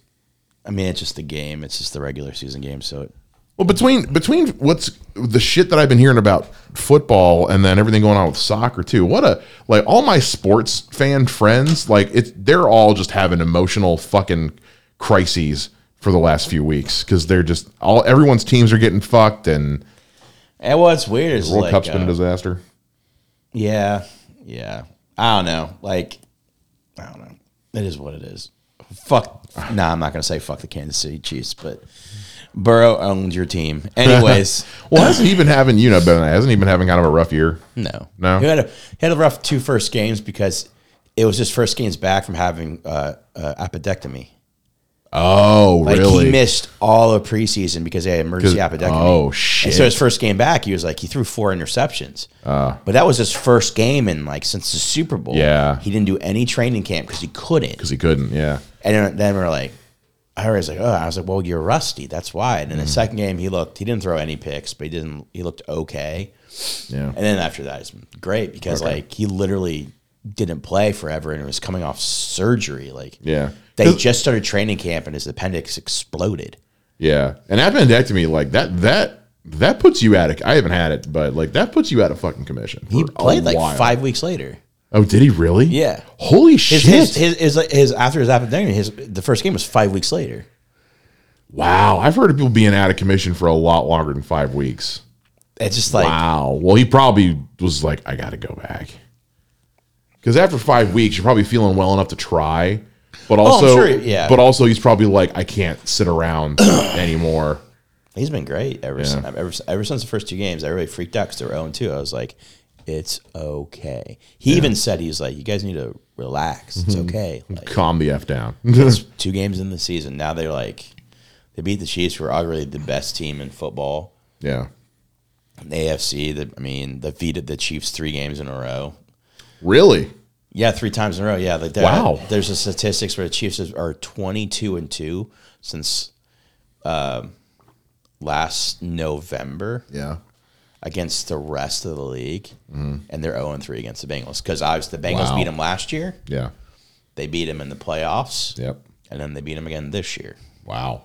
C: I mean, it's just the game. It's just the regular season game. So it,
A: Well, between between what's the shit that I've been hearing about football and then everything going on with soccer too. What a like all my sports fan friends, like it's they're all just having emotional fucking crises for the last few weeks because they're just all everyone's teams are getting fucked and
C: and what's weird is
A: World
C: like,
A: Cup's been
C: uh,
A: a disaster.
C: Yeah, yeah. I don't know. Like, I don't know. It is what it is. Fuck. Nah, I'm not gonna say fuck the Kansas City Chiefs, but Burrow owns your team. Anyways,
A: Well, hasn't he been having you know better than that, hasn't he been having kind of a rough year?
C: no,
A: No?
C: He had a he had a rough two first games because it was his first games back from having uh, uh, appendectomy.
A: Oh,
C: Like
A: really?
C: he missed all of preseason because they had emergency appendectomy.
A: oh
C: And
A: shit!
C: so his first game back, he was like he threw four interceptions.
A: Uh.
C: but that was his first game in like since the Super Bowl.
A: Yeah.
C: he didn't do any training camp because he couldn't.
A: Because he couldn't. Yeah.
C: And then, then we are like, I was like, oh, I was like, well, you're rusty. That's why. And in the
A: Mm.
C: second game, he looked. He didn't throw any picks, but he didn't. He looked okay.
A: Yeah.
C: And then after that, it's been great because like he literally didn't play forever and was coming off surgery. Like
A: Yeah.
C: they
A: 'Cause-
C: just started training camp and his appendix exploded.
A: Yeah, an appendectomy like that that that puts you out of. I haven't had it, but like that puts you out of fucking commission.
C: He
A: for a
C: played Oh, like
A: while.
C: five weeks later.
A: Oh, did he really?
C: Yeah.
A: Holy
C: His
A: shit!
C: his, his his like his after his appendectomy, his the first game was five weeks later.
A: wow, I've heard of people being out of commission for a lot longer than five weeks.
C: It's just like
A: Wow. Well, he probably was like, I got to go back. Because after five weeks, you're probably feeling well enough to try, but
C: Oh, I'm
A: also,
C: sure, yeah.
A: But also, he's probably like, I can't sit around anymore.
C: he's been great ever since ever, ever since the first two games. I really freaked out because they were zero two. I was like, it's okay. He even said he was like, you guys need to relax. It's
A: Mm-hmm.
C: okay. Like,
A: Calm the f down.
C: it's two games in the season. Now they're like, they beat the Chiefs, who are arguably the best team in football.
A: yeah.
C: The AFC, the, I mean, defeated the Chiefs three games in a row.
A: Really?
C: Yeah, three times in a row. Yeah, like that.
A: Wow.
C: There's a statistics where the Chiefs is- are 22 and two since um, last November
A: Yeah.
C: against the rest of the league, and they're 0 and three against the Bengals because obviously the Bengals
A: Mm-hmm. Wow.
C: beat them last year.
A: Yeah.
C: They beat them in the playoffs,
A: Yep.
C: and then they beat them again this year.
A: Wow.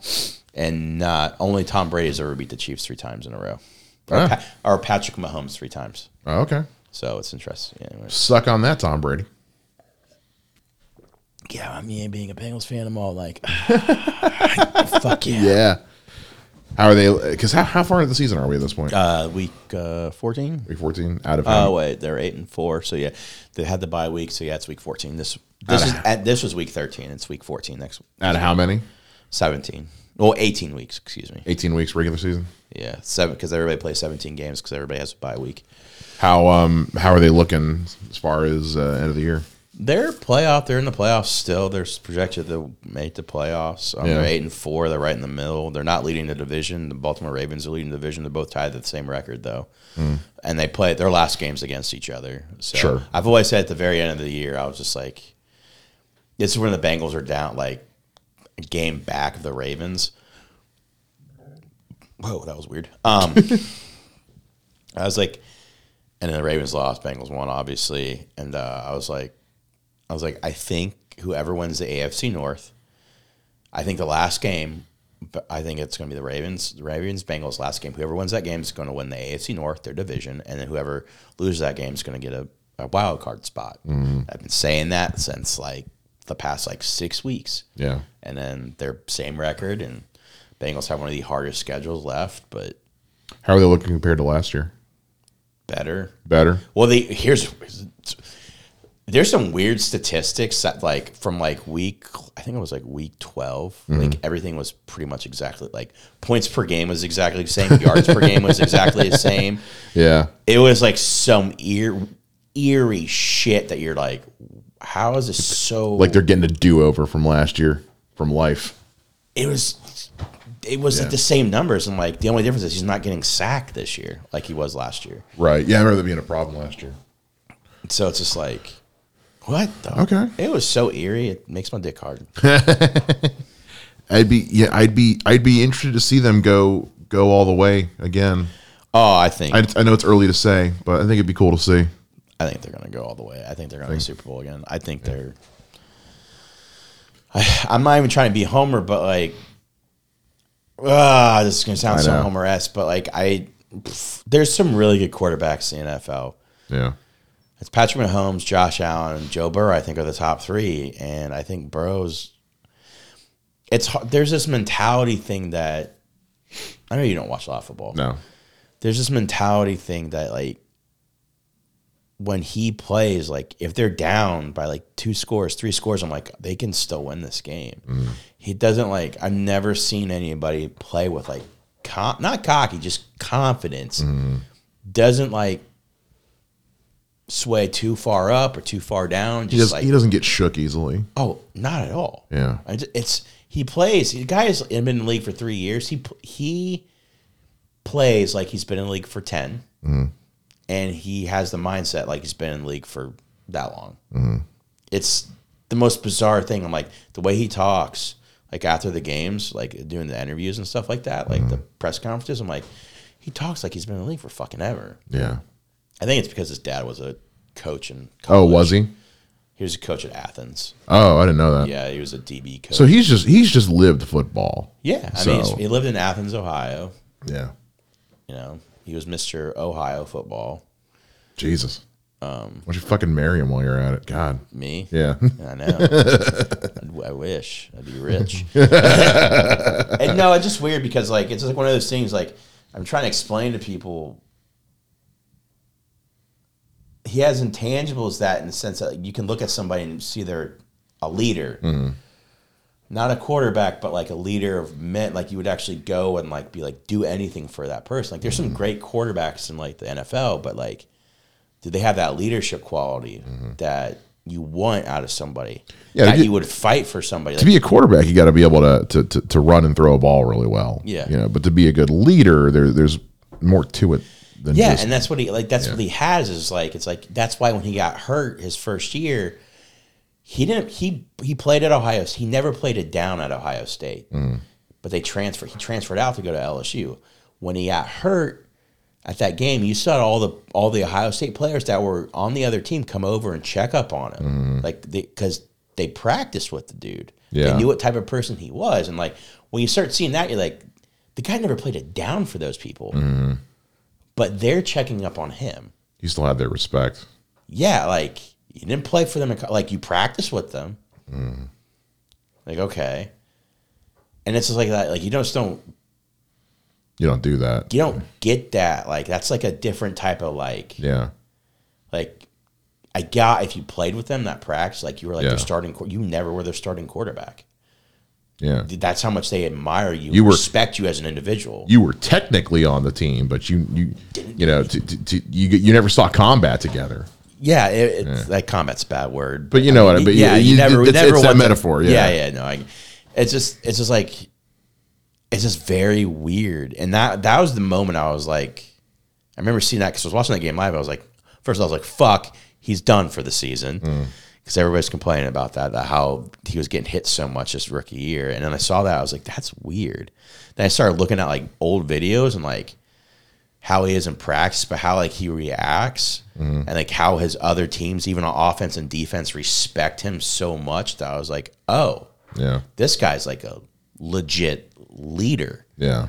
C: And not only Tom Brady's ever beat the Chiefs three times in a row, or,
A: Ah.
C: Pa- or Patrick Mahomes three times.
A: Oh, okay.
C: So it's interesting. Yeah, anyway.
A: Suck on that, Tom Brady.
C: yeah, I mean, being a Bengals fan, I'm all like, fuck yeah.
A: Yeah. How are they? Because how, how far into the season are we at this point?
C: Uh, week uh, 14.
A: week 14 out of
C: Oh
A: how-
C: wait, they're eight and four. So yeah, they had the bye week. So yeah, it's week 14. This this is at, this was week 13. It's week 14 next
A: out of how many?
C: 17. Well, 18 weeks. Excuse me.
A: 18 weeks regular season.
C: Yeah, seven because everybody plays 17 games because everybody has a bye week.
A: How um how are they looking as far as uh, end of the year?
C: They're playoff. They're in the playoffs still. They're s- projected to make the playoffs. Um, They're
A: Yeah.
C: eight and four. They're right in the middle. They're not leading the division. The Baltimore Ravens are leading the division. They're both tied at the same record though, and they play their last games against each other. So
A: Hmm. Sure.
C: I've always said at the very end of the year, I was just like, this is when the Bengals are down like a game back of the Ravens. Whoa, that was weird. Um, I was like, and then the Ravens lost, Bengals won, obviously. And uh, I was like, I was like, I think whoever wins the AFC North, I think the last game but I think it's going to be the Ravens, the Ravens, Bengals last game. Whoever wins that game is going to win the AFC North, their division, and then whoever loses that game is going to get a, a wild card spot. I've been saying that since like the past like six weeks.
A: Yeah.
C: and then their same record, and Bengals have one of the hardest schedules left, but
A: How are they looking compared to last year?
C: better.
A: Better.
C: Well, they here's there's some weird statistics that like from like week I think it was like week 12
A: Mm-hmm.
C: like everything was pretty much exactly like points per game was exactly the same yards per game was exactly the same
A: Yeah.
C: it was like some eer, eerie shit that you're like how is this so
A: Like they're getting a do over from last year from life.
C: it was it was like the same numbers and like the only difference is he's not getting sacked this year like he was last year
A: Right. Yeah. I remember that being a problem last year.
C: so it's just like what the
A: Okay.
C: it was so eerie it makes my dick hard
A: I'd be yeah. I'd be I'd be interested to see them go go all the way again.
C: Oh, I think
A: I,
C: I,
A: I know it's early to say, but I think it'd be cool to see.
C: think they're gonna go all the way. I think they're gonna be Super Bowl again. I think they're. I, I'm not even trying to be Homer, but like, ah, this is gonna sound so
A: know.
C: Homer esque, but like I, there's some really good quarterbacks in the NFL.
A: Yeah.
C: It's Patrick Mahomes, Josh Allen, and Joe Burrow. I think are the top three, and I think Burrow's. It's hard. there's this mentality thing that I know you don't watch a lot of football.
A: No.
C: there's this mentality thing that like when he plays like if they're down by like two scores three scores i'm like they can still win this game
A: Mm.
C: he doesn't like i've never seen anybody play with like com- not cocky just confidence
A: Mm-hmm.
C: doesn't like sway too far up or too far down
A: He
C: just
A: does.
C: like
A: he doesn't get shook easily.
C: Oh, not at all.
A: Yeah.
C: I ju- it's he plays. The guy has been in the league for three years. He pl- he plays like he's been in the league for 10
A: Mm-hmm.
C: and he has the mindset like he's been in the league for that long.
A: Mm-hmm.
C: It's the most bizarre thing. I'm like the way he talks, like after the games, like doing the interviews and stuff like that, like the
A: Mm-hmm.
C: press conferences. I'm like, he talks like he's been in the league for fucking ever.
A: Yeah.
C: I think it's because his dad was a coach and
A: Oh, was he?
C: he was a coach at Athens.
A: Oh, I didn't know that.
C: Yeah, he was a DB coach.
A: So he's just he's just lived football.
C: Yeah, I
A: So-
C: mean, he's- he lived in Athens, Ohio.
A: Yeah.
C: You know, he was Mister Ohio football.
A: Jesus. Um, Why don't you fucking marry him while you're at it? God.
C: Me,
A: Yeah.
C: I know. I'd- I wish I'd be rich. and no, it's just weird because like it's like one of those things. Like I'm trying to explain to people, he has intangibles that in the sense that you can look at somebody and see they're a leader.
A: Mm-hmm.
C: Not a quarterback, but like a leader of men. Like you would actually go and like be like do anything for that person. Like there's
A: Mm-hmm.
C: some great quarterbacks in like the NFL, but like, do they have that leadership quality that you want out of somebody?
A: Mm-hmm. Yeah,
C: that
A: you-
C: you, would fight for somebody.
A: to
C: Like,
A: be a quarterback, you got to be able to, to to to run and throw a ball really well.
C: Yeah.
A: You know, but to be a good leader, there there's more to it than
C: Yeah,
A: just
C: and that's what he like. That's what he has is like. It's like that's why when he got hurt his first year, he didn't. He he played at Ohio. He never played it down at Ohio State,
A: Mm.
C: but they transferred. He transferred out to go to LSU. When he got hurt at that game, you saw all the all the Ohio State players that were on the other team come over and check up on him, like because they practiced with the dude.
A: Yeah.
C: They knew what type of person he was, and like when you start seeing that, you're like, the guy never played it down for those people but they're checking up on him.
A: you still have their respect.
C: Yeah, like you didn't play for them, in co- like you practice with them. Like okay, and it's just like that. Like you just don't
A: You don't do that.
C: you don't get that. Like that's like a different type of like
A: Yeah.
C: like I got if you played with them that practice, like you were like
A: Yeah.
C: their starting. quar- You never were their starting quarterback.
A: Yeah.
C: That's how much they admire you.
A: You were-
C: respect you as an individual.
A: You were technically on the team, but you you you know to, to, to, you you never saw combat together.
C: Yeah, it, it's like combat's a bad word,
A: But you know what I- but
C: yeah,
A: you-
C: you,
A: you-
C: never,
A: it's-
C: never
A: it's that
C: want to-
A: metaphor, yeah.
C: yeah, no, I, it's just, it's just like, it's just very weird, and that that was the moment I was like, I remember seeing that because I was watching that game live. I was like, first I was like, fuck, he's done for the season. Because everybody's complaining about that, that how he was getting hit so much this rookie year, and then I saw that I was like, "That's weird." Then I started looking at like old videos and like how he is in practice, but how like he reacts and like how his other teams, even on offense and defense, respect him so much that I was like, oh,
A: Yeah.
C: this guy's like a legit
B: leader.
A: Yeah.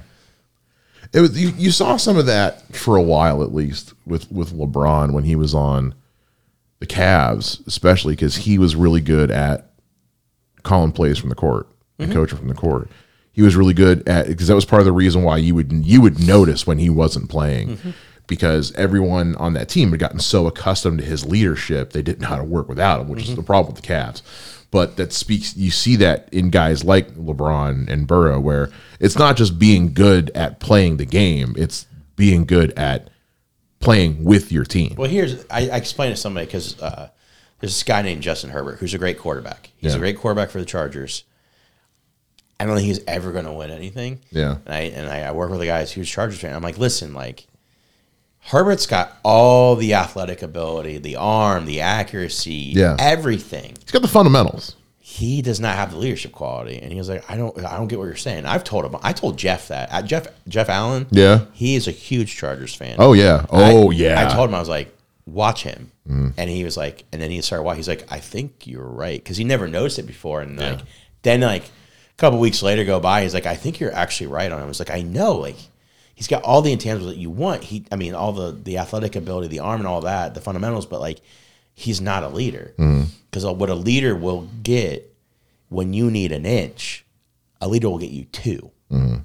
A: It was you, you saw some of that for a while at least with with LeBron when he was on the Cavs, especially cuz he was really good at calling plays from the court and coaching from the court. He was really good at because that was part of the reason why you would you would notice when he wasn't playing because everyone on that team had gotten so accustomed to his leadership they didn't know how to work without him, which is the problem with the Cavs. But that speaks you see that in guys like LeBron and Burrow where it's not just being good at playing the game, it's being good at playing with your team.
C: Well, here's I, I explained to somebody because uh, there's this guy named Justin Herbert who's a great quarterback. He's
A: Yeah.
C: a great quarterback for the Chargers. I don't think he's ever going to win anything.
A: Yeah.
C: and I and I, I work with the guys who's Chargers fan. I'm like, listen, like Herbert's got all the athletic ability, the arm, the accuracy,
A: Yeah.
C: everything.
A: He's got the fundamentals.
C: He does not have the leadership quality, and he was like, I don't, I don't get what you're saying. I've told him, I told Jeff that Uh, Jeff Jeff Allen.
A: Yeah.
C: he is a huge Chargers fan.
A: Oh yeah. Oh
C: I-
A: yeah.
C: I told him I was like, watch him, and he was like, and then he started watching. He's like, I think you're right because he never noticed it before, and like then like a couple weeks later go by, he's like, I think you're actually right on him. I was like, I know, like he's got all the intangibles that you want. He, I mean, all the the athletic ability, the arm, and all that, the fundamentals, but like he's not a leader
A: Mm-hmm.
C: because what a leader will get when you need an inch, a leader will get you 2 and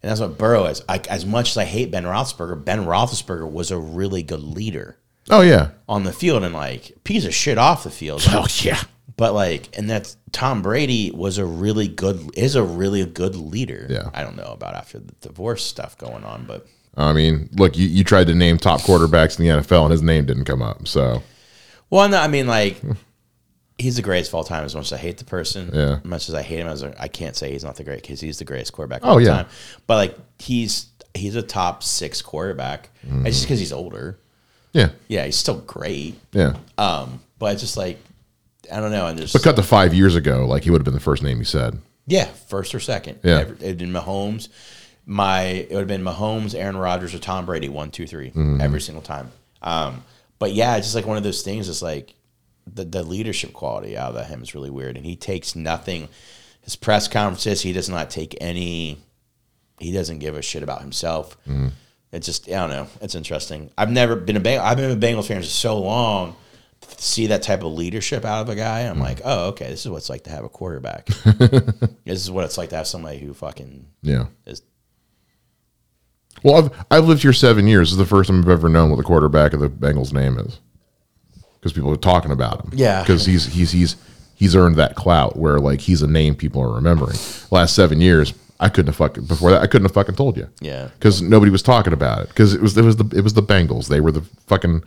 C: that's what Burrow is. Like as much as I hate Ben Roethlisberger, Ben Roethlisberger was a really good leader
A: oh yeah.
C: on the field and like piece of shit off the field.
A: Oh yeah.
C: But like, and that's Tom Brady was a really good is a really good leader.
A: Yeah.
C: I don't know about after the divorce stuff going on, but
A: I mean, look, you, you tried to name top quarterbacks in the NFL, and his name didn't come up. So
C: well, no, I mean like. He's the greatest of all time. As much as I hate the person,
A: Yeah.
C: as much as I hate him, as a, I can't say he's not the great because he's the greatest quarterback. Of
A: Oh,
C: all
A: yeah.
C: time. but like he's he's a top six quarterback.
A: Mm.
C: It's just because he's older.
A: yeah,
C: Yeah, he's still great.
A: yeah.
C: Um, but it's just like I don't know, and just
A: But cut to five years ago, like he would have been the first name he said.
C: yeah, first or second.
A: Yeah.
C: Every- it'd been Mahomes. My it would have been Mahomes, Aaron Rodgers, or Tom Brady, one, two, three, every single time. Um, but yeah, it's just like one of those things. It's like the the leadership quality out of him is really weird, and he takes nothing. His press conferences, he does not take any. He doesn't give a shit about himself. It's just I don't know. It's interesting. I've never been a Bang- I've been a Bengals fan for so long. to See that type of leadership out of a guy, I'm like, oh, okay, this is what it's like to have a quarterback. This is what it's like to have somebody who fucking
A: Yeah.
C: is.
A: Well, I've I've lived here seven years. This is the first time I've ever known what the quarterback of the Bengals' name is, because people are talking about him.
C: Yeah.
A: Because he's he's he's he's earned that clout where like he's a name people are remembering. Last seven years, I couldn't have fucking before that. I couldn't have fucking told you.
C: Yeah.
A: Because nobody was talking about it. Because it was it was the it was the Bengals. They were the fucking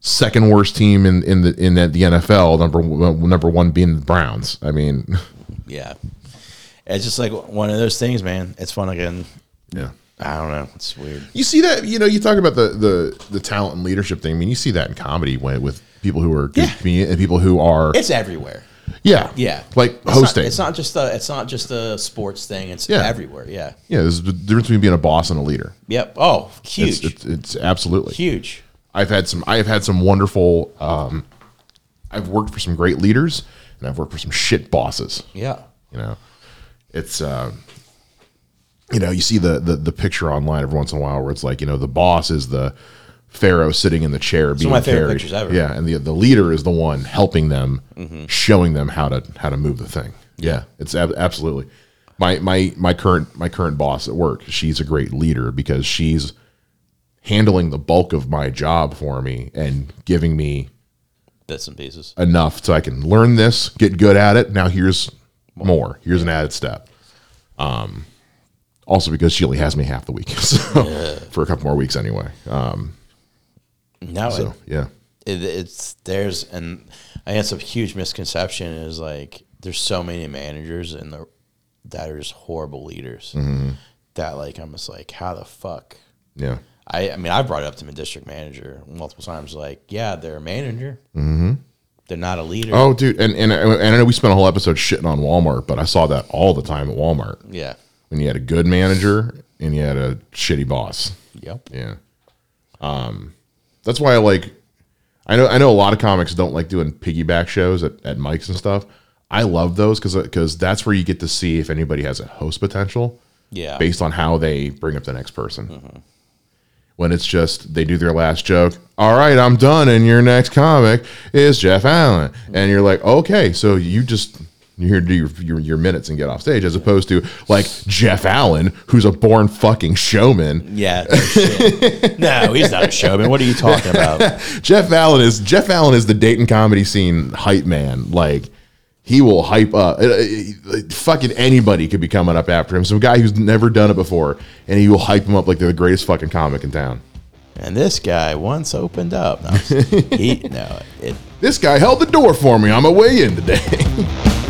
A: second worst team in in the in the, the NFL. Number one- number one being the Browns. I mean,
C: Yeah. It's just like one of those things, man. It's fun again.
A: yeah.
C: I don't know. It's weird.
A: You see that, you know, you talk about the the the talent and leadership thing. I mean, you see that in comedy when, with people who are good
C: Yeah.
A: comedian and people who are
C: It's everywhere.
A: yeah,
C: Yeah.
A: like
C: It's not-
A: hosting.
C: it's not just the it's not just the sports thing. It's
A: Yeah.
C: everywhere. Yeah.
A: yeah, there's the difference between being a boss and a leader.
C: Yep. Oh,
A: It's,
C: huge.
A: it's, it's absolutely.
C: huge.
A: I've had some. I've had some wonderful. Um, I've worked for some great leaders, and I've worked for some shit bosses.
C: Yeah.
A: you know it's uh, you know you see the, the the picture online every once in a while where it's like you know the boss is the pharaoh sitting in the chair being
C: one of my favorite
A: carried.
C: pictures ever. Mm-hmm.
A: yeah and the the leader is the one helping them showing them how to how to move the thing yeah it's ab- absolutely my my my current my current boss at work she's a great leader because she's handling the bulk of my job for me and giving me
C: Bits and pieces.
A: enough so I can learn this, get good at it. Now here's more. Here's an added step. Um, also because she only has me half the week, so for a couple more weeks anyway. Uh,
C: No,
A: so yeah,
C: it, it's there's and I guess a huge misconception is like there's so many managers and the that are just horrible leaders
A: Mm-hmm.
C: that like I'm just like how the fuck
A: yeah,
C: I, I mean, I brought it up to my district manager multiple times. Like, yeah, they're a manager. Mm-hmm. They're not a leader.
A: Oh, dude, and, and and I know we spent a whole episode shitting on Walmart, but I saw that all the time at Walmart
C: Yeah.
A: when you had a good manager and you had a shitty boss.
C: Yep.
A: Yeah. Um, that's why I like. I know. I know a lot of comics don't like doing piggyback shows at, at mics and stuff. I love those because because that's where you get to see if anybody has a host potential.
C: Yeah.
A: based on how they bring up the next person. When it's just they do their last joke, all right, I'm done, and your next comic is Jeff Allen, and you're like, okay, so you just you're here to do your, your, your minutes and get off stage, as opposed to like Jeff Allen, who's a born fucking showman.
C: Yeah. no shit. no, he's not a showman. What are you talking about?
A: Jeff Allen is Jeff Allen is the Dayton comedy scene hype man. Like he will hype up. uh, uh, fucking anybody could be coming up after him. Some guy who's never done it before, and he will hype him up like they're the greatest fucking comic in town.
C: And this guy once opened up. No, I'm just- he, no it,
A: This guy held the door for me on my way in today.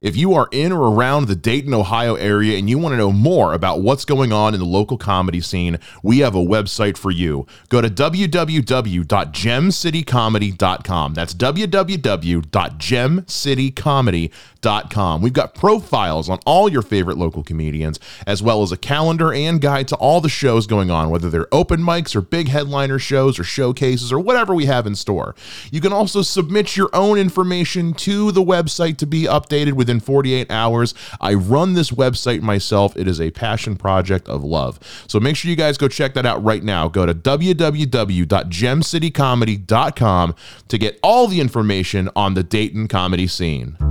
A: If you are in or around the Dayton, Ohio area and you want to know more about what's going on in the local comedy scene, we have a website for you. Go to www.gemcitycomedy.com. That's www.gemcitycomedy.com. We've got profiles on all your favorite local comedians, as well as a calendar and guide to all the shows going on, whether they're open mics or big headliner shows or showcases or whatever we have in store. You can also submit your own information to the website to be updated within 48 hours. I run this website myself. It is a passion project of love. So make sure you guys go check that out right now. Go to www.gemcitycomedy.com to get all the information on the Dayton comedy scene.